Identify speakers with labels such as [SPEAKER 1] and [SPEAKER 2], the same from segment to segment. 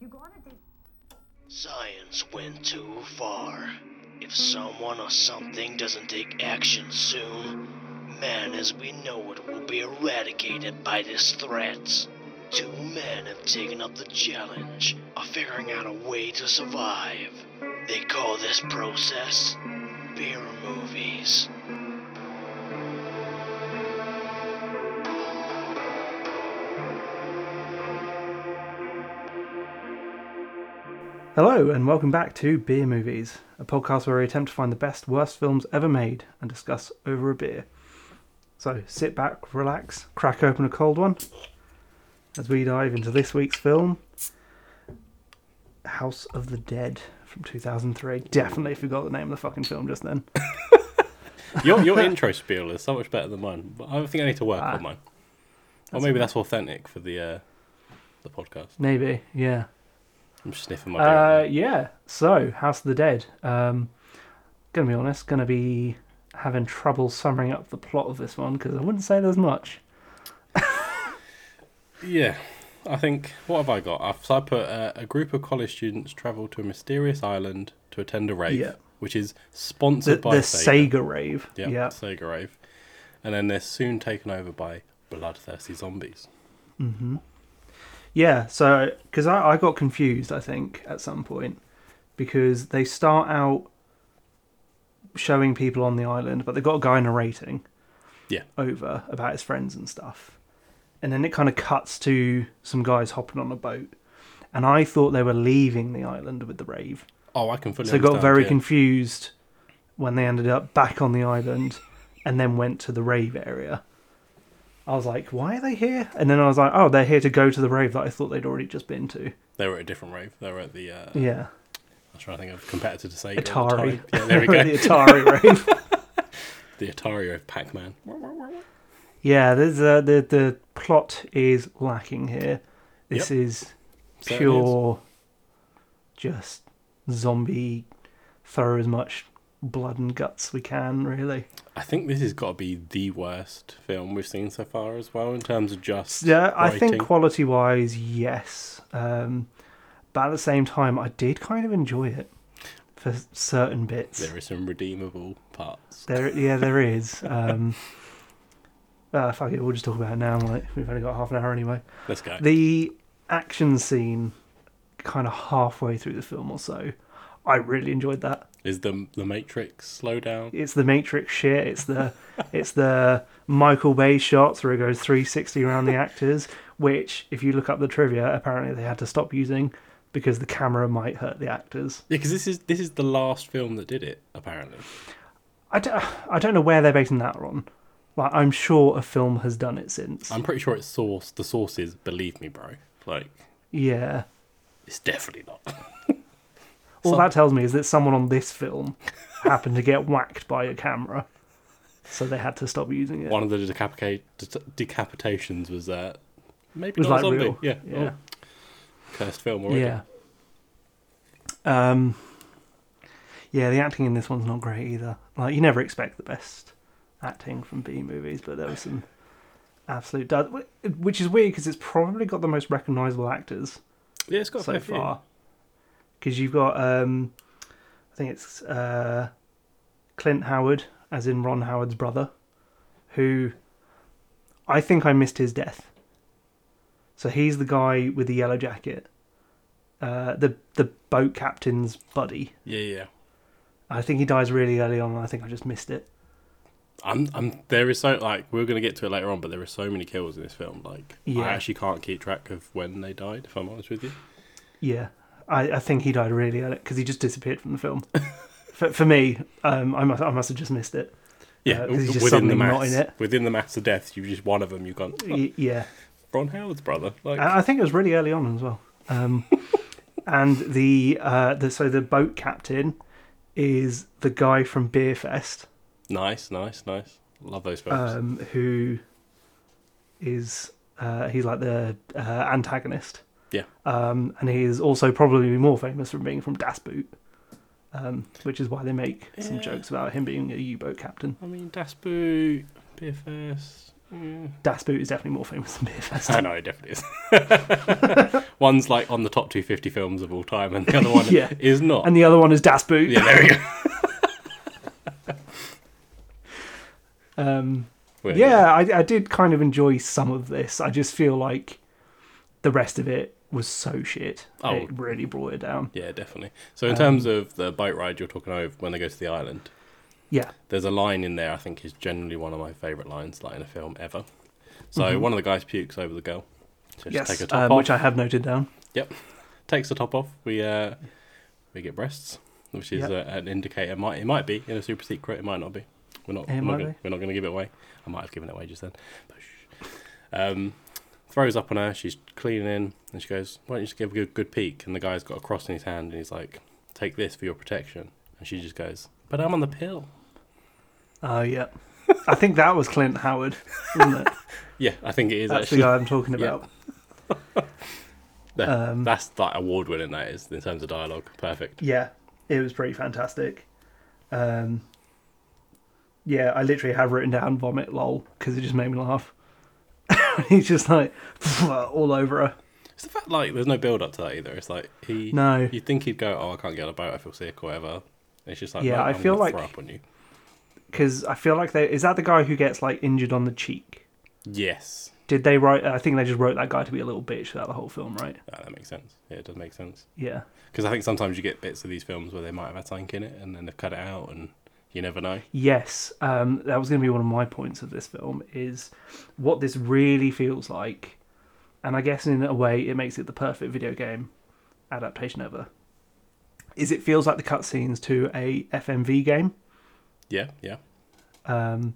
[SPEAKER 1] You go on a date.
[SPEAKER 2] Science went too far. If someone or something doesn't take action soon, man as we know it will be eradicated by this threat. Two men have taken up the challenge of figuring out a way to survive. They call this process beer movies.
[SPEAKER 3] Hello, and welcome back to Beer Movies, a podcast where we attempt to find the best, worst films ever made and discuss over a beer. So sit back, relax, crack open a cold one as we dive into this week's film House of the Dead from 2003. Definitely forgot the name of the fucking film just then.
[SPEAKER 4] Your your intro spiel is so much better than mine. But I think I need to work
[SPEAKER 3] Ah.
[SPEAKER 4] on mine. Or maybe that's authentic for the uh, the podcast.
[SPEAKER 3] Maybe, yeah.
[SPEAKER 4] I'm just sniffing my beer.
[SPEAKER 3] Uh,
[SPEAKER 4] right
[SPEAKER 3] yeah. So, House of the Dead. Um, gonna be honest, gonna be having trouble summing up the plot of this one because I wouldn't say there's much.
[SPEAKER 4] now. yeah, I think what have I got? I've, so I put uh, a group of college students travel to a mysterious island to attend a rave,
[SPEAKER 3] Yeah.
[SPEAKER 4] which is
[SPEAKER 3] The,
[SPEAKER 4] sponsored
[SPEAKER 3] the
[SPEAKER 4] by
[SPEAKER 3] Sega. rave.
[SPEAKER 4] Yeah,
[SPEAKER 3] yeah.
[SPEAKER 4] Sega rave, and then they're soon taken over by bloodthirsty zombies.
[SPEAKER 3] Yeah, so because I, I got confused, I think at some point because they start out showing people on the island, but they got a guy narrating
[SPEAKER 4] Yeah.
[SPEAKER 3] over about his friends and stuff, and then it kind of cuts to some guys hopping on a boat, and I thought they were leaving the island with the rave,
[SPEAKER 4] Oh, I can fully.
[SPEAKER 3] so I got
[SPEAKER 4] understand,
[SPEAKER 3] very
[SPEAKER 4] yeah.
[SPEAKER 3] confused when they ended up back on the island and then went to the rave area. I was like, why are they here? And then I was like, oh, they're here to go to the rave that I thought they'd already just been to.
[SPEAKER 4] They were at a different rave. They were at the. Uh,
[SPEAKER 3] Yeah.
[SPEAKER 4] I'm trying to think of competitor to Sega. at the
[SPEAKER 3] Atari.
[SPEAKER 4] time. Yeah, there we go.
[SPEAKER 3] the Atari rave.
[SPEAKER 4] the Atari of Pac-Man.
[SPEAKER 3] Yeah, there's uh, the the plot is lacking here. This is
[SPEAKER 4] So it
[SPEAKER 3] pure just zombie throw as much blood and guts we can, really.
[SPEAKER 4] I think this has got to be the worst film we've seen so far as well in terms of just
[SPEAKER 3] Yeah, I
[SPEAKER 4] writing.
[SPEAKER 3] think quality wise, yes. Um, but at the same time, I did kind of enjoy it for certain bits.
[SPEAKER 4] there are some redeemable parts.
[SPEAKER 3] There, yeah, there is. Um, uh, fuck it, we'll just talk about it now. Like we've only got half an hour anyway.
[SPEAKER 4] Let's go.
[SPEAKER 3] The action scene, kind of halfway through the film or so, I really enjoyed that.
[SPEAKER 4] Is the the Matrix slowdown?
[SPEAKER 3] It's the Matrix shit. It's the it's the Michael Bay shots where it goes 360 around the actors. Which, if you look up the trivia, apparently they had to stop using because the camera might hurt the actors.
[SPEAKER 4] Yeah, because this is this is the last film that did it apparently.
[SPEAKER 3] I don't, I don't know where they're basing that on. Like, I'm sure a film has done it since.
[SPEAKER 4] I'm pretty sure it's source. The source is believe me, bro. Like
[SPEAKER 3] yeah.
[SPEAKER 4] it's definitely not.
[SPEAKER 3] All
[SPEAKER 4] Some-
[SPEAKER 3] that tells me is that someone on this film happened to get whacked by a camera, so they had to stop using it.
[SPEAKER 4] One of the decapitate decapitations was uh, maybe
[SPEAKER 3] was
[SPEAKER 4] not
[SPEAKER 3] like
[SPEAKER 4] a zombie.
[SPEAKER 3] real.
[SPEAKER 4] Yeah,
[SPEAKER 3] yeah,
[SPEAKER 4] Oh, cursed film already.
[SPEAKER 3] yeah. Um, yeah. The acting in this one's not great either. Like you never expect the best acting from B movies, but there was some absolute dud, wh- which is weird because it's probably got the most recognisable actors
[SPEAKER 4] Yeah, it's got a
[SPEAKER 3] so
[SPEAKER 4] fair few.
[SPEAKER 3] far. Because you've got, um, I think it's uh, Clint Howard, as in Ron Howard's brother, who I think I missed his death. So he's the guy with the yellow jacket, uh, the the boat captain's buddy.
[SPEAKER 4] Yeah, yeah.
[SPEAKER 3] I think he dies really early on, and I think I just missed it.
[SPEAKER 4] I'm, I'm. There is so like we're gonna get to it later on, but there are so many kills in this film. Like
[SPEAKER 3] Yeah. Uh,
[SPEAKER 4] I actually can't keep track of when they died. If I'm honest with you,
[SPEAKER 3] Yeah, I, I think he died really early because he just disappeared from the film. for, for me, um, I must I must have just missed it.
[SPEAKER 4] yeah,
[SPEAKER 3] 'cause he's just
[SPEAKER 4] within
[SPEAKER 3] suddenly
[SPEAKER 4] the mass,
[SPEAKER 3] not in it.
[SPEAKER 4] within the mass of deaths, you just one of them. You've gone "Oh,
[SPEAKER 3] Y- yeah.
[SPEAKER 4] Ron Howard's brother. Like
[SPEAKER 3] I I think it was really early on as well. Um, and the, uh, the so the boat captain is the guy from Beerfest,
[SPEAKER 4] nice, nice, nice. Love those films.
[SPEAKER 3] um, who is uh, he's like the uh, antagonist,
[SPEAKER 4] yeah,
[SPEAKER 3] um, and he is also probably more famous from being from Das Boot, um, which is why they make some
[SPEAKER 4] Yeah.
[SPEAKER 3] jokes about him being a U-boat captain.
[SPEAKER 4] I mean Das Boot, BFS. Yeah. Ah,
[SPEAKER 3] Das Boot is definitely more famous than Beerfest.
[SPEAKER 4] I know it definitely is. One's like on the top 250 films of all time, and the other one
[SPEAKER 3] Yeah.
[SPEAKER 4] is not.
[SPEAKER 3] and the other one is Das Boot.
[SPEAKER 4] yeah, there we go.
[SPEAKER 3] Um,
[SPEAKER 4] Weird.
[SPEAKER 3] yeah, I, I did kind of enjoy some of this. I just feel like the rest of it was so shit.
[SPEAKER 4] Oh.
[SPEAKER 3] It really brought it down.
[SPEAKER 4] Yeah, definitely. So in terms
[SPEAKER 3] Um,
[SPEAKER 4] of the boat ride you're talking over when they go to the island,
[SPEAKER 3] Yeah.
[SPEAKER 4] there's a line in there I think is generally one of my favourite lines like in a film ever. So one of the guys pukes over the girl. So she
[SPEAKER 3] Mm-hmm.
[SPEAKER 4] takes
[SPEAKER 3] yes,
[SPEAKER 4] her top
[SPEAKER 3] um,
[SPEAKER 4] off.
[SPEAKER 3] which I have noted down.
[SPEAKER 4] Yep. Takes the top off. We uh, we get breasts, which is
[SPEAKER 3] Yep.
[SPEAKER 4] uh an indicator. It might it might be in a super secret. It might not be. We're
[SPEAKER 3] It
[SPEAKER 4] not. We're
[SPEAKER 3] might
[SPEAKER 4] not, gonna,
[SPEAKER 3] be.
[SPEAKER 4] we're not going to give it away. I might have given it away just then. But shh. Um, throws up on her. She's cleaning, and she goes, "Why don't you just give a good, good peek?" And the guy's got a cross in his hand, and he's like, "Take this for your protection." And she just goes, "But I'm on the pill."
[SPEAKER 3] Oh, yeah. I think that was Clint Howard, wasn't it?
[SPEAKER 4] Yeah, I think it is
[SPEAKER 3] That's the
[SPEAKER 4] actually.
[SPEAKER 3] guy I'm talking
[SPEAKER 4] Yeah.
[SPEAKER 3] about.
[SPEAKER 4] That-
[SPEAKER 3] um,
[SPEAKER 4] that's like award winning. That is in terms of dialogue. Perfect.
[SPEAKER 3] yeah, it was pretty fantastic. Um, yeah, I literally have written down vomit lol because it just made me laugh. He's just like all over her.
[SPEAKER 4] It's the fact like there's no build up to that either. It's like he
[SPEAKER 3] No.
[SPEAKER 4] You'd think he'd go, Oh, I can't get on a boat, I feel sick or whatever. It's just like
[SPEAKER 3] Yeah,
[SPEAKER 4] no,
[SPEAKER 3] I
[SPEAKER 4] I'm
[SPEAKER 3] feel
[SPEAKER 4] gonna
[SPEAKER 3] like-
[SPEAKER 4] throw up on you.
[SPEAKER 3] Because I feel like they is that the guy who gets like injured on the cheek.
[SPEAKER 4] Yes.
[SPEAKER 3] Did they write? I think they just wrote that guy to be a little bitch throughout the whole film, right?
[SPEAKER 4] Ah, that makes sense. Yeah, it does make sense.
[SPEAKER 3] Yeah,
[SPEAKER 4] Because I think sometimes you get bits of these films where they might have had something in it and then they've cut it out and you never know.
[SPEAKER 3] Yes, um, that was going to be one of my points of this film is what this really feels like, and I guess in a way it makes it the perfect video game adaptation ever. Is it feels like the cutscenes to a FMV game,
[SPEAKER 4] Yeah, yeah.
[SPEAKER 3] um,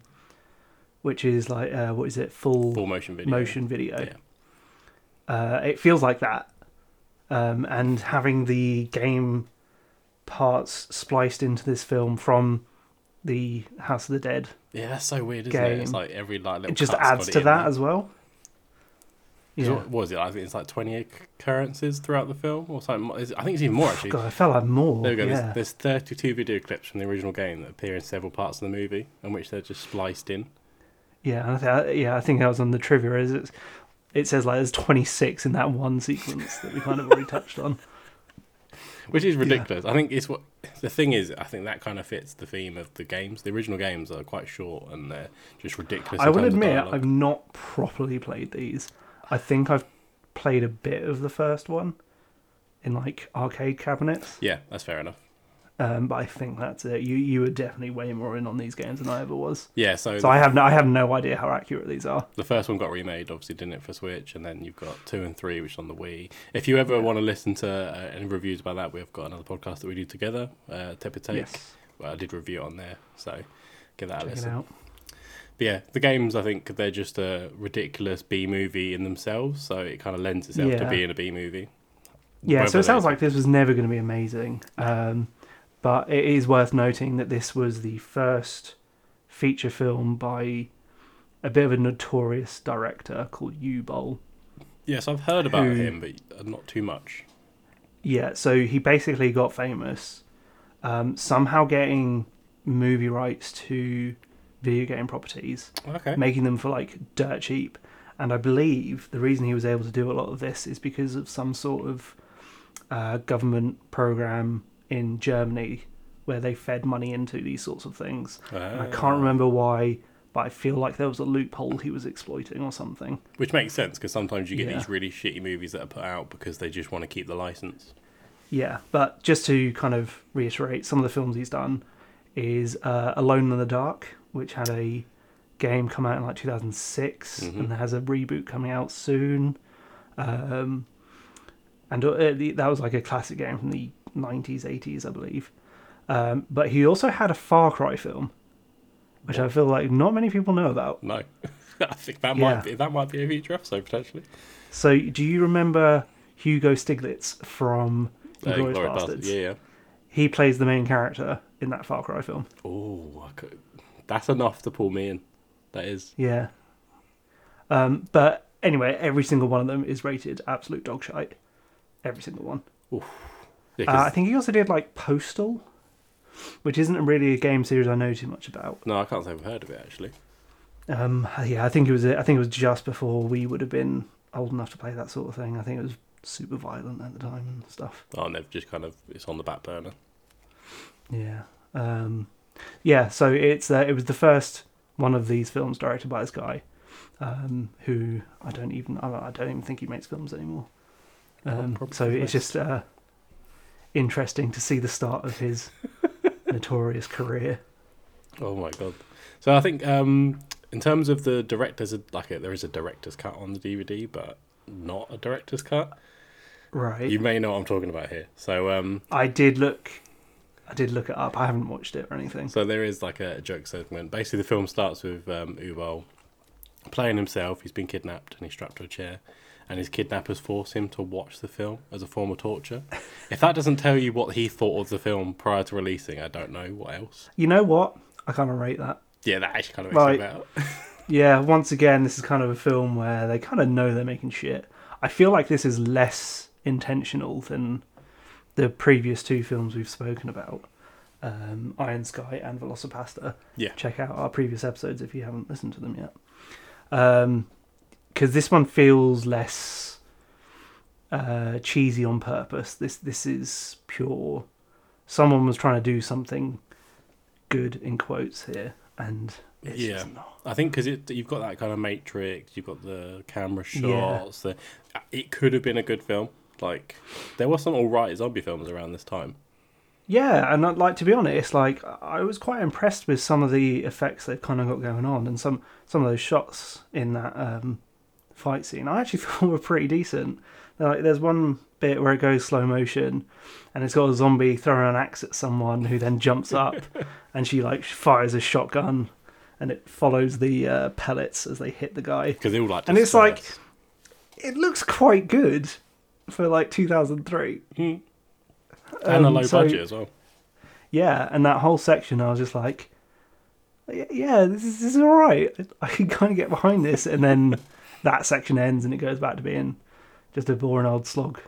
[SPEAKER 3] which is like uh, what is it, full,
[SPEAKER 4] Full motion video.
[SPEAKER 3] motion video.
[SPEAKER 4] Yeah.
[SPEAKER 3] Uh, it feels like that, um, and having the game parts spliced into this film from the House of the Dead
[SPEAKER 4] Yeah, that's so weird, isn't it?
[SPEAKER 3] Game.
[SPEAKER 4] It's like every like little
[SPEAKER 3] it just
[SPEAKER 4] cut's got
[SPEAKER 3] adds
[SPEAKER 4] it
[SPEAKER 3] to
[SPEAKER 4] in
[SPEAKER 3] that
[SPEAKER 4] there.
[SPEAKER 3] as well.
[SPEAKER 4] 'Cause
[SPEAKER 3] Yeah.
[SPEAKER 4] What was it? I think it's like 28 occurrences throughout the film or something. mo- is it- I think it's even more actually.
[SPEAKER 3] God, I felt like more.
[SPEAKER 4] There we go.
[SPEAKER 3] Yeah.
[SPEAKER 4] There's, there's 32 video clips from the original game that appear in several parts of the movie, in which they're just spliced in.
[SPEAKER 3] yeah, and I th- yeah. I think that was on the trivia. Is it? It says like there's 26 in that one sequence that we kind of already touched on.
[SPEAKER 4] which is ridiculous. I think it's what the thing is. I think that kind of fits the theme of the games. The original games are quite short and they're just ridiculous.
[SPEAKER 3] I
[SPEAKER 4] in
[SPEAKER 3] will
[SPEAKER 4] terms of
[SPEAKER 3] admit
[SPEAKER 4] dialogue.
[SPEAKER 3] I've not properly played these. I think I've played a bit of the first one in like arcade cabinets,
[SPEAKER 4] yeah, that's fair enough.
[SPEAKER 3] um, but I think that's it. You you were definitely way more in on these games than I ever was.
[SPEAKER 4] Yeah, so,
[SPEAKER 3] So
[SPEAKER 4] the,
[SPEAKER 3] I have no I have no idea how accurate these are.
[SPEAKER 4] the first one got remade, obviously, didn't it for Switch, and then you've got two and three, which is on the Wii. If you ever want to listen to uh, any reviews about that, we've got another podcast that we do together, uh, Tip Take.
[SPEAKER 3] Yes.
[SPEAKER 4] Well, I did review it on there, so give that
[SPEAKER 3] Check
[SPEAKER 4] a
[SPEAKER 3] it
[SPEAKER 4] listen.
[SPEAKER 3] out.
[SPEAKER 4] But yeah, the games I think they're just a ridiculous B movie in themselves, so it kind of lends itself to
[SPEAKER 3] Yeah.
[SPEAKER 4] being a B movie.
[SPEAKER 3] Yeah,
[SPEAKER 4] whether
[SPEAKER 3] so
[SPEAKER 4] they-
[SPEAKER 3] it sounds like this was never going to be amazing. Um, but it is worth noting that this was the first feature film by a bit of a notorious director called U Bowl.
[SPEAKER 4] Yes, I've heard about
[SPEAKER 3] who-
[SPEAKER 4] him, but not too much.
[SPEAKER 3] Yeah, so he basically got famous um, somehow getting movie rights to video game properties,
[SPEAKER 4] Okay.
[SPEAKER 3] making them for like dirt cheap. And I believe the reason he was able to do a lot of this is because of some sort of uh, government program in Germany where they fed money into these sorts of things. And I can't remember why, but I feel like there was a loophole he was exploiting or something.
[SPEAKER 4] Which makes sense because sometimes you get
[SPEAKER 3] Yeah.
[SPEAKER 4] these really shitty movies that are put out because they just want to keep the license.
[SPEAKER 3] Yeah, but just to kind of reiterate, some of the films he's done is uh, Alone in the Dark, which had a game come out in like 2006
[SPEAKER 4] Mm-hmm.
[SPEAKER 3] and has a reboot coming out soon. Um, and uh, the- that was like a classic game from the 90s, 80s, I believe. Um, but he also had a Far Cry film, which I feel like not many people know about.
[SPEAKER 4] No, I think that
[SPEAKER 3] Yeah.
[SPEAKER 4] might be that might be a future episode potentially.
[SPEAKER 3] So, do you remember Hugo Stiglitz from
[SPEAKER 4] Uh,
[SPEAKER 3] Inglourious
[SPEAKER 4] Inglourious
[SPEAKER 3] Bastards?
[SPEAKER 4] Basterds. Yeah,
[SPEAKER 3] He plays the main character in that Far Cry film.
[SPEAKER 4] yeah. Oh, that's enough to pull me in. That is.
[SPEAKER 3] Yeah. Um, but anyway, every single one of them is rated absolute dog shite. Every single one.
[SPEAKER 4] Yeah,
[SPEAKER 3] Uh,
[SPEAKER 4] 'cause-
[SPEAKER 3] I think he also did like Postal, which isn't really a game series I know too much about.
[SPEAKER 4] no, I can't say I've heard of it actually.
[SPEAKER 3] Um, yeah, I think it was. I think it was just before we would have been old enough to play that sort of thing. I think it was super violent at the time and stuff.
[SPEAKER 4] Oh, and they've just kind of it's on the back burner.
[SPEAKER 3] Yeah. Um, yeah. So it's uh, it was the first one of these films directed by this guy, um, who I don't even I I don't even think he makes films anymore. Um,
[SPEAKER 4] probably
[SPEAKER 3] so
[SPEAKER 4] the
[SPEAKER 3] it's just uh, interesting to see the start of his notorious career.
[SPEAKER 4] Oh my god! So I think um, in terms of the directors, like a, there is a director's cut on the DVD, but not a director's cut.
[SPEAKER 3] Right.
[SPEAKER 4] You may know what I'm talking about here. So um,
[SPEAKER 3] I did look. I did look it up. I haven't watched it or anything.
[SPEAKER 4] So there is like a joke segment. Basically, the film starts with um, Ubal playing himself. He's been kidnapped and he's strapped to a chair, and his kidnappers force him to watch the film as a form of torture. if that doesn't tell you what he thought of the film prior to releasing, I don't know what else.
[SPEAKER 3] You know what? I kind of rate that.
[SPEAKER 4] Yeah, that actually kind of makes
[SPEAKER 3] Right.
[SPEAKER 4] it better.
[SPEAKER 3] Yeah, once again, this is kind of a film where they kind of know they're making shit. I feel like this is less intentional than the previous two films we've spoken about um, Iron Sky and Velocipasta.
[SPEAKER 4] Yeah.
[SPEAKER 3] Check out our previous episodes if you haven't listened to them yet. Because this one feels less uh, cheesy on purpose. This, this is pure. Someone was trying to do something good in quotes here, and it's
[SPEAKER 4] Yeah.
[SPEAKER 3] just not.
[SPEAKER 4] I think because you've got that kind of matrix, you've got the camera
[SPEAKER 3] Yeah.
[SPEAKER 4] shots. The, uh, it could have been a good film. Like there were some all right zombie films around this time.
[SPEAKER 3] Yeah, and I'd like to be honest, like I was quite impressed with some of the effects they've kind of got going on, and some some of those shots in that um, fight scene I actually thought were pretty decent. Like, there's one bit where it goes slow motion, and it's got a zombie throwing an axe at someone who then jumps up, and she like fires a shotgun, and it follows the uh, pellets as they hit the guy.
[SPEAKER 4] Because they all like,
[SPEAKER 3] And it's like-
[SPEAKER 4] disperse.
[SPEAKER 3] It looks quite good for like 2003.
[SPEAKER 4] and a
[SPEAKER 3] um,
[SPEAKER 4] low
[SPEAKER 3] so-
[SPEAKER 4] budget as well.
[SPEAKER 3] yeah and that whole section i was just like "Y- yeah this is, this is all right i can kind of get behind this and then that section ends and it goes back to being just a boring old slog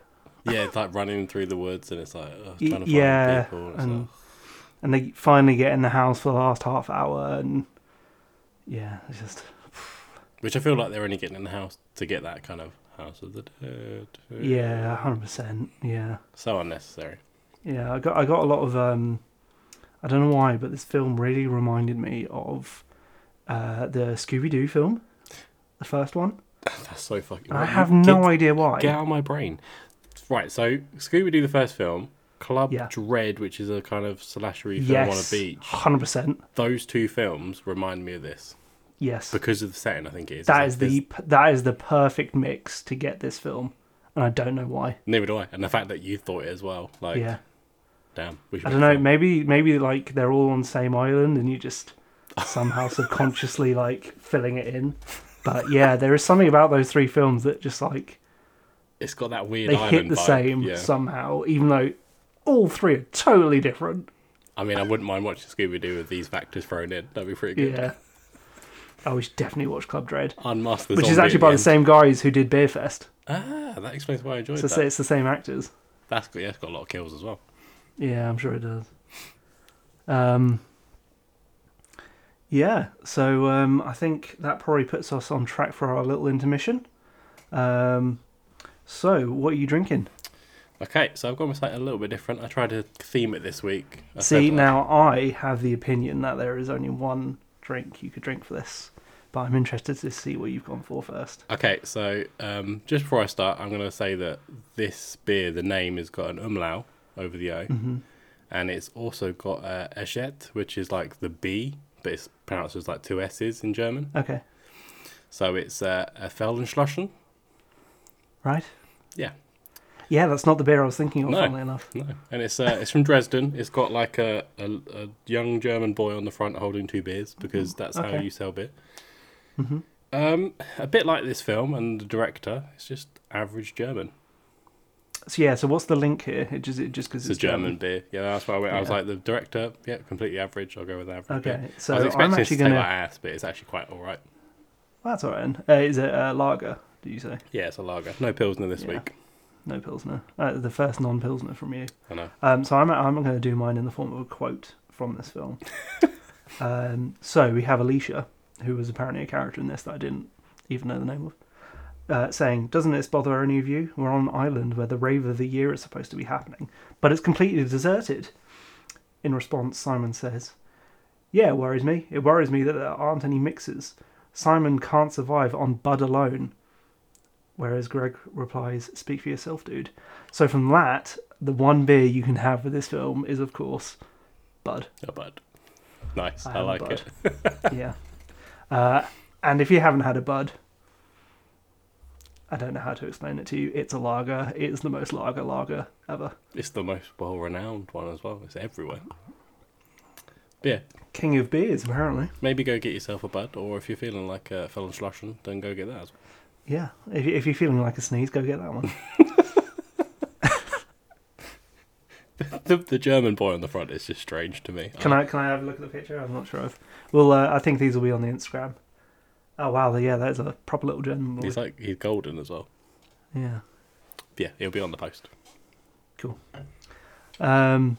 [SPEAKER 4] Yeah, it's like running through the woods and it's like oh,
[SPEAKER 3] Y-
[SPEAKER 4] trying to find
[SPEAKER 3] yeah,
[SPEAKER 4] people. And it's
[SPEAKER 3] and-
[SPEAKER 4] like,
[SPEAKER 3] and they finally get in the house for the last half hour and yeah it's just
[SPEAKER 4] which I feel like they're only getting in the house to get that kind of house of the dead.
[SPEAKER 3] yeah 100% yeah
[SPEAKER 4] So unnecessary.
[SPEAKER 3] yeah i got i got a lot of um i don't know why but this film really reminded me of uh the scooby-doo film the first one
[SPEAKER 4] That's so fucking.
[SPEAKER 3] and i
[SPEAKER 4] wrong.
[SPEAKER 3] have
[SPEAKER 4] Get-
[SPEAKER 3] no idea why
[SPEAKER 4] Get out of my brain. Right, so Scooby Doo the first film, Club
[SPEAKER 3] Yeah.
[SPEAKER 4] Dread, which is a kind of slashery film
[SPEAKER 3] yes
[SPEAKER 4] on a beach.
[SPEAKER 3] 100%
[SPEAKER 4] Those two films remind me of this
[SPEAKER 3] Yes,
[SPEAKER 4] because of the setting. I think it is.
[SPEAKER 3] that
[SPEAKER 4] It's
[SPEAKER 3] is
[SPEAKER 4] like
[SPEAKER 3] the p- that is the perfect mix to get this film, and I don't know why.
[SPEAKER 4] this- Neither do I, and the fact that you thought it as well. Like,
[SPEAKER 3] yeah,
[SPEAKER 4] damn. We should
[SPEAKER 3] I
[SPEAKER 4] make
[SPEAKER 3] don't
[SPEAKER 4] a
[SPEAKER 3] know.
[SPEAKER 4] film.
[SPEAKER 3] Maybe maybe like they're all on the same island, and you just somehow subconsciously like filling it in. But yeah, there is something about those three films that just like
[SPEAKER 4] It's got that weird.
[SPEAKER 3] they
[SPEAKER 4] island
[SPEAKER 3] hit the
[SPEAKER 4] vibe.
[SPEAKER 3] same
[SPEAKER 4] Yeah.
[SPEAKER 3] somehow, even though all three are totally different.
[SPEAKER 4] I mean, I wouldn't mind watching Scooby Doo with these factors thrown in. That'd be pretty good.
[SPEAKER 3] Yeah, I we should definitely watch Club Dread,
[SPEAKER 4] Unmask the
[SPEAKER 3] which is
[SPEAKER 4] zombie at
[SPEAKER 3] actually by the
[SPEAKER 4] end.
[SPEAKER 3] same guys who did Beer Fest.
[SPEAKER 4] Ah, that explains why I enjoyed
[SPEAKER 3] So
[SPEAKER 4] that.
[SPEAKER 3] it's the same actors.
[SPEAKER 4] That's got, yeah, it's got a lot of kills as well.
[SPEAKER 3] Yeah, I'm sure it does. Um, yeah, so um, I think that probably puts us on track for our little intermission. Um, so, what are you drinking?
[SPEAKER 4] Okay, so I've gone with something a little bit different. I tried to theme it this week. I
[SPEAKER 3] See,
[SPEAKER 4] said, like,
[SPEAKER 3] now I have the opinion that there is only one drink you could drink for this, but I'm interested to see what you've gone for first.
[SPEAKER 4] Okay, so um, just before I start, I'm going to say that this beer, the name has got an umlau over the O, and it's also got uh, Eschet, which is like the B, but it's pronounced as like two S's in German.
[SPEAKER 3] Okay,
[SPEAKER 4] So it's uh, a Feldenschlossen.
[SPEAKER 3] right?
[SPEAKER 4] Yeah,
[SPEAKER 3] Yeah, that's not the beer I was thinking of,
[SPEAKER 4] No.
[SPEAKER 3] funnily enough.
[SPEAKER 4] No, and it's uh, it's from Dresden. It's got like a, a, a young German boy on the front holding two beers because that's how
[SPEAKER 3] okay.
[SPEAKER 4] you sell beer. Um, a bit like this film and the director, it's just average German.
[SPEAKER 3] So, yeah, so what's the link here? It just, it just because
[SPEAKER 4] It's, a German, beer. Yeah, that's why I went. I was
[SPEAKER 3] Yeah.
[SPEAKER 4] like the director. Yeah, completely average. I'll go with average.
[SPEAKER 3] Okay,
[SPEAKER 4] beer.
[SPEAKER 3] so
[SPEAKER 4] I was
[SPEAKER 3] I'm
[SPEAKER 4] expecting
[SPEAKER 3] actually
[SPEAKER 4] it to
[SPEAKER 3] gonna-
[SPEAKER 4] take my ass, but it's actually quite all right.
[SPEAKER 3] That's all right. then. Uh, is it uh, lager, did you say?
[SPEAKER 4] Yeah, it's a lager. No pilsner this
[SPEAKER 3] Yeah.
[SPEAKER 4] week.
[SPEAKER 3] No pilsner. Uh, the first non-pilsner from you.
[SPEAKER 4] I know.
[SPEAKER 3] Um, so I'm I'm going to do mine in the form of a quote from this film. um, so we have Alicia, who was apparently a character in this that I didn't even know the name of. uh, saying, Doesn't this bother any of you? We're on an island where the rave of the year is supposed to be happening, but it's completely deserted. In response, Simon says, Yeah, it worries me. It worries me that there aren't any mixers. Simon can't survive on Bud alone. Whereas Greg replies, Speak for yourself, dude. So from that, the one beer you can have with this film is, of course, Bud.
[SPEAKER 4] Oh, bud. Nice.
[SPEAKER 3] I
[SPEAKER 4] I,
[SPEAKER 3] am
[SPEAKER 4] like
[SPEAKER 3] Bud.
[SPEAKER 4] it.
[SPEAKER 3] yeah. Uh, and if you haven't had a bud, I don't know how to explain it to you. It's a lager. It's the most lager lager ever.
[SPEAKER 4] It's the most well renowned one as well. It's everywhere. But yeah,
[SPEAKER 3] King of beers, apparently.
[SPEAKER 4] maybe go get yourself a bud, or if you're feeling like a felon schlushen, then go get that as well.
[SPEAKER 3] Yeah. If, if you're feeling like a sneeze, go get that one.
[SPEAKER 4] The, the German boy on the front is just strange to me. Uh,
[SPEAKER 3] Can I can I have a look at the picture? I'm not sure. I've... Well, uh, I think these will be on the Instagram. Oh wow, yeah, that's a proper little gentleman. boy.
[SPEAKER 4] He's like he's golden as well.
[SPEAKER 3] Yeah.
[SPEAKER 4] Yeah, he'll be on the post.
[SPEAKER 3] Cool. Um,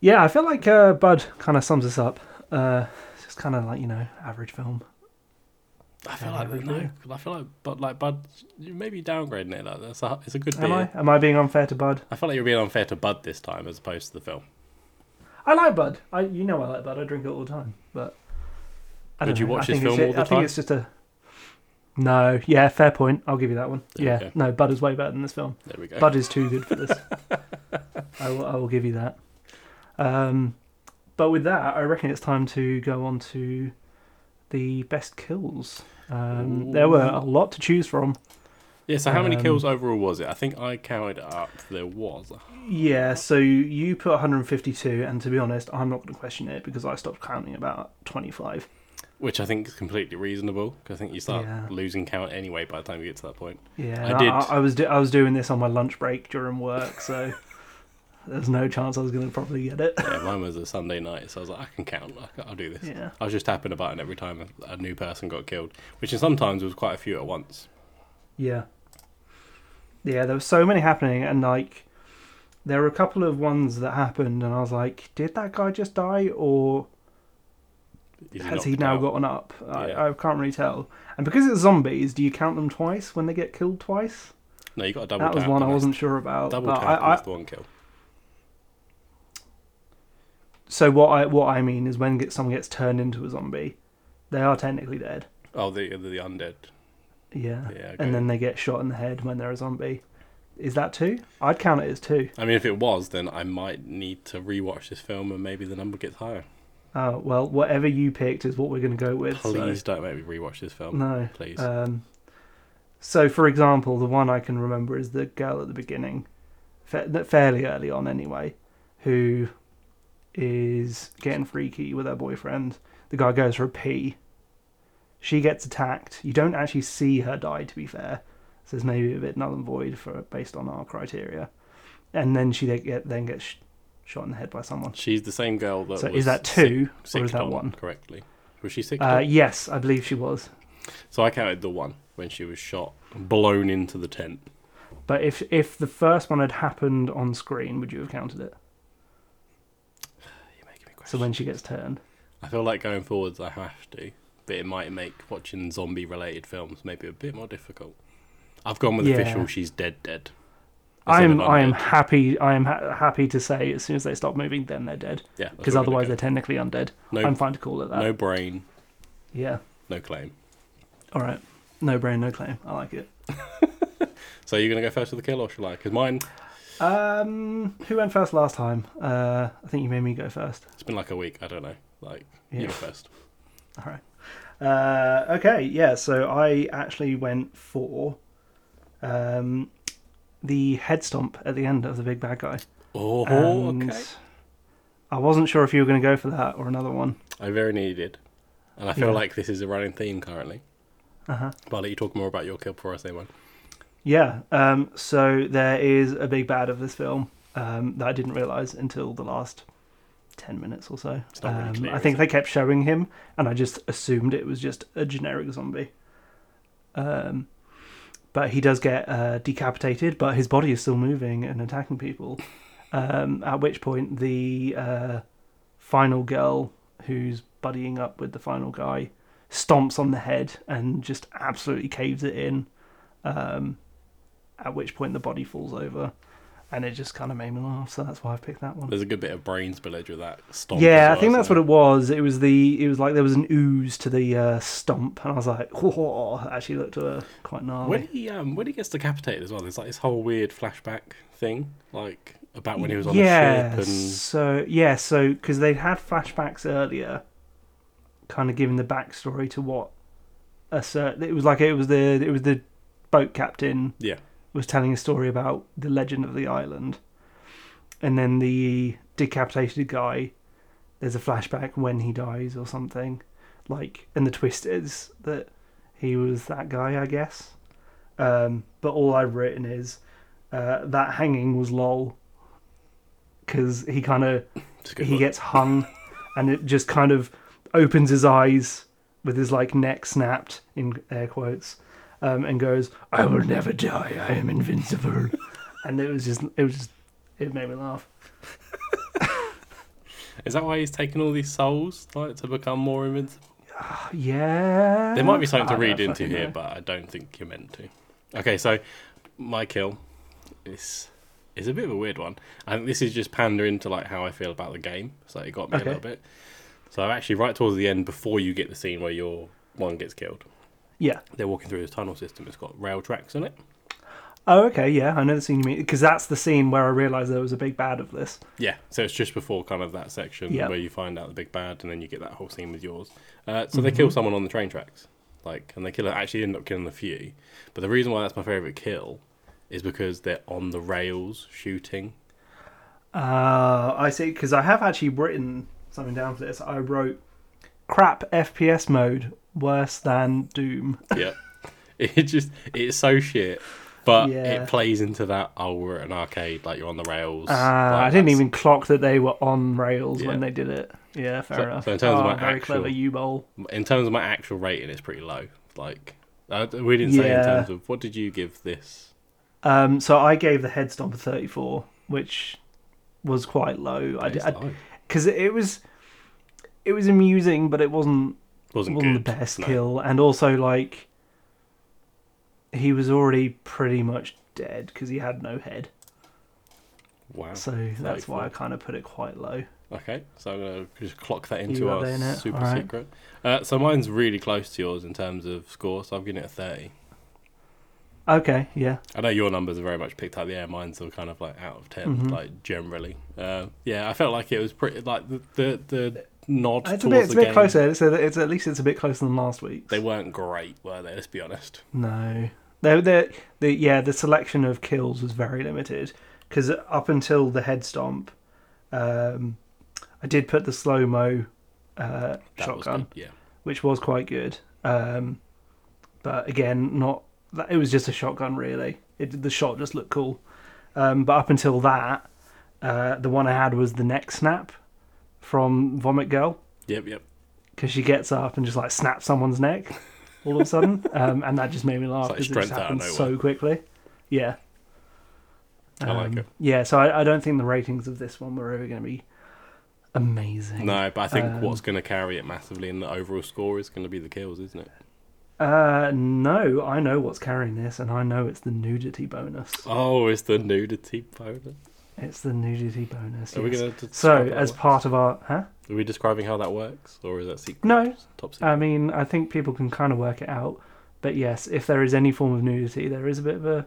[SPEAKER 3] yeah, I feel like uh, Bud kind of sums us up. Uh, it's just kind of like you know, average film.
[SPEAKER 4] I
[SPEAKER 3] Yeah,
[SPEAKER 4] feel like
[SPEAKER 3] every
[SPEAKER 4] no,
[SPEAKER 3] year.
[SPEAKER 4] I feel like but like Bud, you maybe downgrading it. Like that's a, it's a good beer.
[SPEAKER 3] Am I? Am I being unfair to Bud?
[SPEAKER 4] I feel like you're being unfair to Bud this time as opposed to the film.
[SPEAKER 3] I like Bud. I, you know, I like Bud. I drink it all the time. But I
[SPEAKER 4] Did you
[SPEAKER 3] know.
[SPEAKER 4] watch
[SPEAKER 3] I
[SPEAKER 4] this
[SPEAKER 3] think it's-
[SPEAKER 4] film all the
[SPEAKER 3] I think
[SPEAKER 4] time?
[SPEAKER 3] it's just a. No, yeah, fair point. I'll give you that one.
[SPEAKER 4] There
[SPEAKER 3] yeah,
[SPEAKER 4] we go.
[SPEAKER 3] no, Bud is way better than this film.
[SPEAKER 4] There we go.
[SPEAKER 3] Bud is too good for this. I will. I will give you that. Um, but with that, I reckon it's time to go on to the best kills. Um, there were a lot to choose from.
[SPEAKER 4] yeah. So how many
[SPEAKER 3] um,
[SPEAKER 4] kills overall was it? I think I counted it up. There was.
[SPEAKER 3] Yeah, so you put 152, and to be honest, I'm not going to question it because I stopped counting about 25.
[SPEAKER 4] Which I think is completely reasonable because I think you start
[SPEAKER 3] Yeah.
[SPEAKER 4] losing count anyway by the time you get to that point.
[SPEAKER 3] Yeah,
[SPEAKER 4] I
[SPEAKER 3] and I,
[SPEAKER 4] did.
[SPEAKER 3] I, I was do, I was doing this on my lunch break during work, so there's no chance I was going to probably get it.
[SPEAKER 4] Yeah, mine was a Sunday night, so I was like, I can count. I can, I'll do this.
[SPEAKER 3] Yeah.
[SPEAKER 4] I was just tapping about, and every time a, a new person got killed, which in sometimes was quite a few at once.
[SPEAKER 3] Yeah, yeah. There were so many happening, and like there were a couple of ones that happened, and I was like, did that guy just die, or
[SPEAKER 4] Is
[SPEAKER 3] has
[SPEAKER 4] knocked
[SPEAKER 3] he now
[SPEAKER 4] out?
[SPEAKER 3] gotten up?
[SPEAKER 4] Yeah.
[SPEAKER 3] I, I can't really tell. And because it's zombies, do you count them twice when they get killed twice?
[SPEAKER 4] No, you got a double
[SPEAKER 3] that was
[SPEAKER 4] tap,
[SPEAKER 3] one I
[SPEAKER 4] and that's-
[SPEAKER 3] wasn't sure about.
[SPEAKER 4] Double
[SPEAKER 3] but
[SPEAKER 4] tap
[SPEAKER 3] I, I,
[SPEAKER 4] is the one kill.
[SPEAKER 3] so what I what I mean is when get, someone gets turned into a zombie, they are technically dead.
[SPEAKER 4] Oh, the the, the undead.
[SPEAKER 3] Yeah.
[SPEAKER 4] Yeah, okay.
[SPEAKER 3] And then they get shot in the head when they're a zombie. Is that two? I'd count it as two.
[SPEAKER 4] I mean, if it was, then I might need to rewatch this film, and maybe the number gets higher.
[SPEAKER 3] Oh, well, whatever you picked is what we're going to go with. so-
[SPEAKER 4] Please don't make me rewatch this film.
[SPEAKER 3] No.
[SPEAKER 4] Please.
[SPEAKER 3] Um, so, for example, the one I can remember is the girl at the beginning, fa- that fairly early on anyway, who is getting freaky with her boyfriend. The guy goes for a pee. She gets attacked. You don't actually see her die, to be fair. So it's maybe a bit null and void for based on our criteria. And then she then get then gets sh- shot in the head by someone.
[SPEAKER 4] She's the same girl that.
[SPEAKER 3] So
[SPEAKER 4] was
[SPEAKER 3] is that
[SPEAKER 4] sick-
[SPEAKER 3] two or is
[SPEAKER 4] sicked
[SPEAKER 3] that
[SPEAKER 4] on
[SPEAKER 3] one?
[SPEAKER 4] Correctly. Was she sick?
[SPEAKER 3] Uh, yes, I believe she was.
[SPEAKER 4] so I counted the one when she was shot, blown into the tent.
[SPEAKER 3] But if if the first one had happened on screen, would you have counted it?
[SPEAKER 4] You're making me
[SPEAKER 3] So
[SPEAKER 4] question.
[SPEAKER 3] when she gets turned,
[SPEAKER 4] I feel like going forwards, I have to, but it might make watching zombie-related films maybe a bit more difficult. I've gone with
[SPEAKER 3] Yeah.
[SPEAKER 4] official. She's dead, dead.
[SPEAKER 3] I
[SPEAKER 4] Instead
[SPEAKER 3] am
[SPEAKER 4] of
[SPEAKER 3] I am
[SPEAKER 4] undead.
[SPEAKER 3] happy I am ha- happy to say as soon as they stop moving, then they're dead
[SPEAKER 4] Yeah, that's
[SPEAKER 3] because
[SPEAKER 4] what we're
[SPEAKER 3] otherwise
[SPEAKER 4] gonna
[SPEAKER 3] they're technically undead.
[SPEAKER 4] No-
[SPEAKER 3] I'm fine to call it that.
[SPEAKER 4] go. no brain,
[SPEAKER 3] Yeah.
[SPEAKER 4] no claim.
[SPEAKER 3] All right. No brain, no claim. I like it.
[SPEAKER 4] So you're gonna go first with the kill, or shall I? Because mine,
[SPEAKER 3] Um, who went first last time? Uh, I think you made me go first.
[SPEAKER 4] it's been like a week. I don't know. Like you
[SPEAKER 3] Yeah.
[SPEAKER 4] go first.
[SPEAKER 3] All right. Uh, okay, yeah, so I actually went for um, the head stomp at the end of the big bad guy.
[SPEAKER 4] Oh,
[SPEAKER 3] And
[SPEAKER 4] okay.
[SPEAKER 3] I wasn't sure if you were going to go for that or another one.
[SPEAKER 4] I very needed it, and I feel
[SPEAKER 3] Yeah.
[SPEAKER 4] like this is a running theme currently.
[SPEAKER 3] Uh huh.
[SPEAKER 4] But I'll let you talk more about your kill before I say one.
[SPEAKER 3] Yeah. Um, so there is a big bad of this film um, that I didn't realize until the last ten minutes or so. Um,
[SPEAKER 4] not really clear,
[SPEAKER 3] I
[SPEAKER 4] is
[SPEAKER 3] think
[SPEAKER 4] it?
[SPEAKER 3] they kept showing him, and I just assumed it was just a generic zombie. Um, but he does get uh, decapitated, but his body is still moving and attacking people. Um, at which point, the uh, final girl who's buddying up with the final guy stomps on the head and just absolutely caves it in. Um, at which point the body falls over, and it just kind of made me laugh. So that's why I picked that one.
[SPEAKER 4] There's a good bit of brain spillage with that stomp.
[SPEAKER 3] Yeah, I think that's what it was. It was the it was like there was an ooze to the uh, stomp, and I was like, oh, that actually looked uh, quite gnarly.
[SPEAKER 4] When he um when he gets decapitated as well, there's like this whole weird flashback thing, like about when he was on
[SPEAKER 3] yeah,
[SPEAKER 4] the ship and
[SPEAKER 3] so yeah, so because they'd had flashbacks earlier, kind of giving the backstory to what a certain it was like it was the it was the boat captain
[SPEAKER 4] yeah,
[SPEAKER 3] was telling a story about the legend of the island. And then the decapitated guy, there's a flashback when he dies or something. Like, and the twist is that he was that guy, I guess. Um, but all I've written is uh, that hanging was lol. Because he kind of
[SPEAKER 4] it's a good
[SPEAKER 3] he
[SPEAKER 4] one.
[SPEAKER 3] gets hung and it just kind of opens his eyes with his like neck snapped in air quotes um, and goes i will never die i am invincible and it was just it was just it made me laugh
[SPEAKER 4] Is that why he's taking all these souls like to become more invincible?
[SPEAKER 3] yeah
[SPEAKER 4] There might be something to
[SPEAKER 3] Uh-huh. I don't
[SPEAKER 4] read into
[SPEAKER 3] fucking
[SPEAKER 4] here,
[SPEAKER 3] know.
[SPEAKER 4] but I don't think you're meant to. Okay, so my kill is is a bit of a weird one. I think this is just pandering to like how I feel about the game. So it got me
[SPEAKER 3] Okay.
[SPEAKER 4] a little bit. So actually, right towards the end, before you get the scene where your one gets killed,
[SPEAKER 3] yeah
[SPEAKER 4] they're walking through the tunnel system. It's got rail tracks in it.
[SPEAKER 3] oh okay yeah i know the scene you mean because that's the scene where i realized there was a big bad of this
[SPEAKER 4] Yeah, so it's just before kind of that section
[SPEAKER 3] Yeah.
[SPEAKER 4] where you find out the big bad, and then you get that whole scene with yours. Uh, so
[SPEAKER 3] Mm-hmm.
[SPEAKER 4] they kill someone on the train tracks, like, and they kill actually end up killing a few. But the reason why that's my favorite kill is because they're on the rails shooting.
[SPEAKER 3] Uh, I see, because I have actually written something down for this. I wrote crap FPS mode worse than Doom.
[SPEAKER 4] Yep, it just it's so shit, but
[SPEAKER 3] Yeah.
[SPEAKER 4] it plays into that. Oh, we're at an arcade, like you're on the rails.
[SPEAKER 3] Uh, I
[SPEAKER 4] like,
[SPEAKER 3] didn't
[SPEAKER 4] Ah, that's-
[SPEAKER 3] even clock that they were on rails when
[SPEAKER 4] Yeah.
[SPEAKER 3] they did it. Yeah, fair
[SPEAKER 4] So-
[SPEAKER 3] enough.
[SPEAKER 4] so in terms of
[SPEAKER 3] Oh,
[SPEAKER 4] my
[SPEAKER 3] very
[SPEAKER 4] actual-
[SPEAKER 3] clever U bowl.
[SPEAKER 4] in terms of my actual rating, it's pretty low. Like, I, we didn't say
[SPEAKER 3] Yeah.
[SPEAKER 4] in terms of what did you give this?
[SPEAKER 3] Um, so I gave the head stomp a 34, which was quite low. I
[SPEAKER 4] It's
[SPEAKER 3] did
[SPEAKER 4] low.
[SPEAKER 3] because it was it was amusing, but it wasn't
[SPEAKER 4] Wasn't,
[SPEAKER 3] wasn't
[SPEAKER 4] good.
[SPEAKER 3] the best
[SPEAKER 4] no.
[SPEAKER 3] kill, and also like he was already pretty much dead because he had no head.
[SPEAKER 4] Wow.
[SPEAKER 3] So that's
[SPEAKER 4] Delightful.
[SPEAKER 3] why I kind of put it quite low.
[SPEAKER 4] Okay, so I'm going to just clock that
[SPEAKER 3] You
[SPEAKER 4] into
[SPEAKER 3] are
[SPEAKER 4] our
[SPEAKER 3] doing it,
[SPEAKER 4] super
[SPEAKER 3] alright.
[SPEAKER 4] secret. Uh, so mine's really close to yours in terms of score, so I've given it a 30.
[SPEAKER 3] Okay, yeah.
[SPEAKER 4] I know your numbers are very much picked out the air, mine's are kind of like out of 10,
[SPEAKER 3] Mhm.
[SPEAKER 4] like generally. Uh, yeah, I felt like it was pretty, like the, the, the nod
[SPEAKER 3] It's
[SPEAKER 4] towards
[SPEAKER 3] a bit, it's a
[SPEAKER 4] the
[SPEAKER 3] bit
[SPEAKER 4] game.
[SPEAKER 3] closer. So that it's at least it's a bit closer than last week.
[SPEAKER 4] They weren't great, were they? Let's be honest.
[SPEAKER 3] No, they they the yeah the selection of kills was very limited because up until the head stomp, um, I did put the slow mo uh,
[SPEAKER 4] That
[SPEAKER 3] shotgun,
[SPEAKER 4] Was good. Yeah.
[SPEAKER 3] which was quite good. Um, but again, not that it was just a shotgun really. It the shot just looked cool. Um, but up until that, uh, the one I had was the neck snap from Vomit Girl
[SPEAKER 4] Yep, yep.
[SPEAKER 3] because she gets up and just like snaps someone's neck all of a sudden, um, and that just made me laugh
[SPEAKER 4] It's like
[SPEAKER 3] because it
[SPEAKER 4] strength
[SPEAKER 3] just
[SPEAKER 4] out
[SPEAKER 3] happened
[SPEAKER 4] of nowhere.
[SPEAKER 3] so quickly. Yeah, Um,
[SPEAKER 4] I like it.
[SPEAKER 3] Yeah, so I, I don't think the ratings of this one were ever going to be amazing.
[SPEAKER 4] No, but I think
[SPEAKER 3] Um,
[SPEAKER 4] what's going to carry it massively in the overall score is going to be the kills, isn't it?
[SPEAKER 3] uh, no, I know what's carrying this, and I know it's the nudity bonus.
[SPEAKER 4] Oh, it's the nudity bonus.
[SPEAKER 3] It's the nudity bonus.
[SPEAKER 4] Are we
[SPEAKER 3] yes.
[SPEAKER 4] going to
[SPEAKER 3] So, as part of our, huh?
[SPEAKER 4] Are we describing how that works, or is that secret?
[SPEAKER 3] No. Uh,
[SPEAKER 4] top secret.
[SPEAKER 3] I mean, I think people can kind of work it out. But yes, if there is any form of nudity, there is a bit of a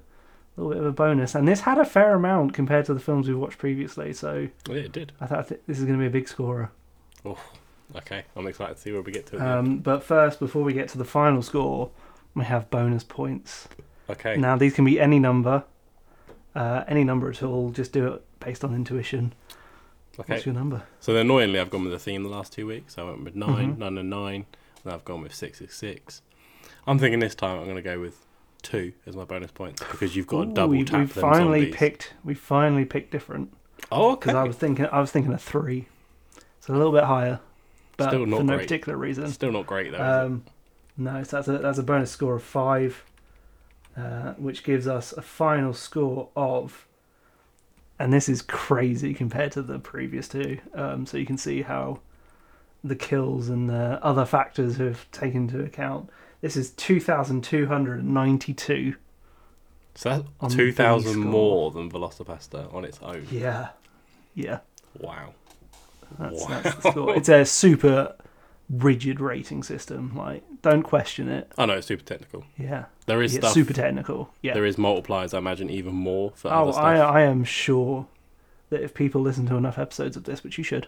[SPEAKER 3] little bit of a bonus. And this had a fair amount compared to the films we've watched previously. So
[SPEAKER 4] Oh, yeah, it did.
[SPEAKER 3] I, th- I think this is going to be a big scorer.
[SPEAKER 4] Okay, I'm excited to see where we get to. At the end.
[SPEAKER 3] Um, but first, before we get to the final score, we have bonus points.
[SPEAKER 4] Okay,
[SPEAKER 3] Now these can be any number, uh, any number at all. Just do it based on intuition.
[SPEAKER 4] okay.
[SPEAKER 3] What's your number?
[SPEAKER 4] So then annoyingly, I've gone with a theme the last two weeks. I went with 9
[SPEAKER 3] Mhm.
[SPEAKER 4] nine, and nine, and I've gone with six, six, six. I'm thinking this time I'm going to go with two as my bonus points because you've got
[SPEAKER 3] Ooh,
[SPEAKER 4] to double
[SPEAKER 3] we,
[SPEAKER 4] tap
[SPEAKER 3] we
[SPEAKER 4] them
[SPEAKER 3] finally
[SPEAKER 4] zombies.
[SPEAKER 3] picked. We finally picked different
[SPEAKER 4] Oh, okay.
[SPEAKER 3] because I was thinking. I was thinking a three, so a little bit higher, but
[SPEAKER 4] Still not
[SPEAKER 3] for no
[SPEAKER 4] great.
[SPEAKER 3] particular reason.
[SPEAKER 4] Still not great though. is it?
[SPEAKER 3] Um, no, so that's a that's a bonus score of five, uh, which gives us a final score of, and this is crazy compared to the previous two. Um, so you can see how the kills and the other factors have taken into account. This is 2,292.
[SPEAKER 4] So
[SPEAKER 3] On
[SPEAKER 4] that's
[SPEAKER 3] the
[SPEAKER 4] two thousand
[SPEAKER 3] score.
[SPEAKER 4] more than Velocipasta on its own.
[SPEAKER 3] Yeah. Yeah.
[SPEAKER 4] Wow.
[SPEAKER 3] That's,
[SPEAKER 4] Wow.
[SPEAKER 3] that's the score. It's a super rigid rating system. Like, don't question it.
[SPEAKER 4] Oh no, it's super technical.
[SPEAKER 3] Yeah.
[SPEAKER 4] There is
[SPEAKER 3] It's
[SPEAKER 4] stuff.
[SPEAKER 3] super technical. Yeah.
[SPEAKER 4] There is multipliers. I imagine even more for
[SPEAKER 3] Oh,
[SPEAKER 4] other stuff.
[SPEAKER 3] I, I am sure that if people listen to enough episodes of this, which you should,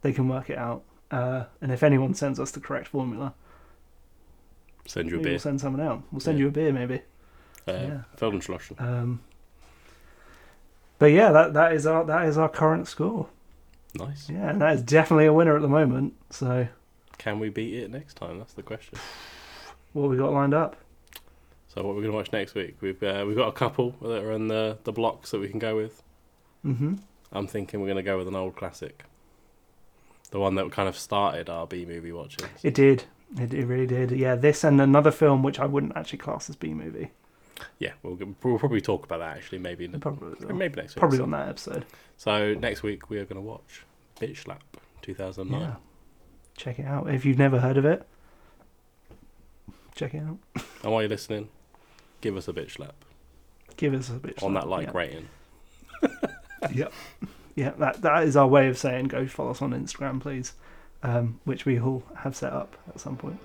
[SPEAKER 3] they can work it out. Uh, and if anyone sends us the correct formula,
[SPEAKER 4] Send you a
[SPEAKER 3] maybe
[SPEAKER 4] beer.
[SPEAKER 3] we'll send someone out. We'll send
[SPEAKER 4] Yeah.
[SPEAKER 3] you a beer, maybe.
[SPEAKER 4] Uh,
[SPEAKER 3] yeah.
[SPEAKER 4] Feldenschlossen.
[SPEAKER 3] Um, but yeah, that that is our that is our current score.
[SPEAKER 4] Nice.
[SPEAKER 3] Yeah, and that is definitely a winner at the moment. So
[SPEAKER 4] Can we beat it next time? That's the question.
[SPEAKER 3] what have we got lined up?
[SPEAKER 4] So what we're going to watch next week? We've uh, we've got a couple that are in the the blocks that we can go with.
[SPEAKER 3] Mm-hmm.
[SPEAKER 4] I'm thinking we're going to go with an old classic. The one that kind of started our B movie watching.
[SPEAKER 3] It did. It, it really did. Yeah, this and another film which I wouldn't actually class as B movie.
[SPEAKER 4] Yeah, we'll, we'll probably talk about that actually. Maybe in the,
[SPEAKER 3] Probably
[SPEAKER 4] maybe next week.
[SPEAKER 3] probably on that episode.
[SPEAKER 4] So next week we are going to watch Bitch Slap 2009.
[SPEAKER 3] Yeah. Check it out. If you've never heard of it, check it out.
[SPEAKER 4] And while you're listening, give us a bitch slap
[SPEAKER 3] Give us a bit
[SPEAKER 4] on that like
[SPEAKER 3] yeah.
[SPEAKER 4] rating.
[SPEAKER 3] Yeah, that that is our way of saying go follow us on Instagram, please, um, which we all have set up at some point.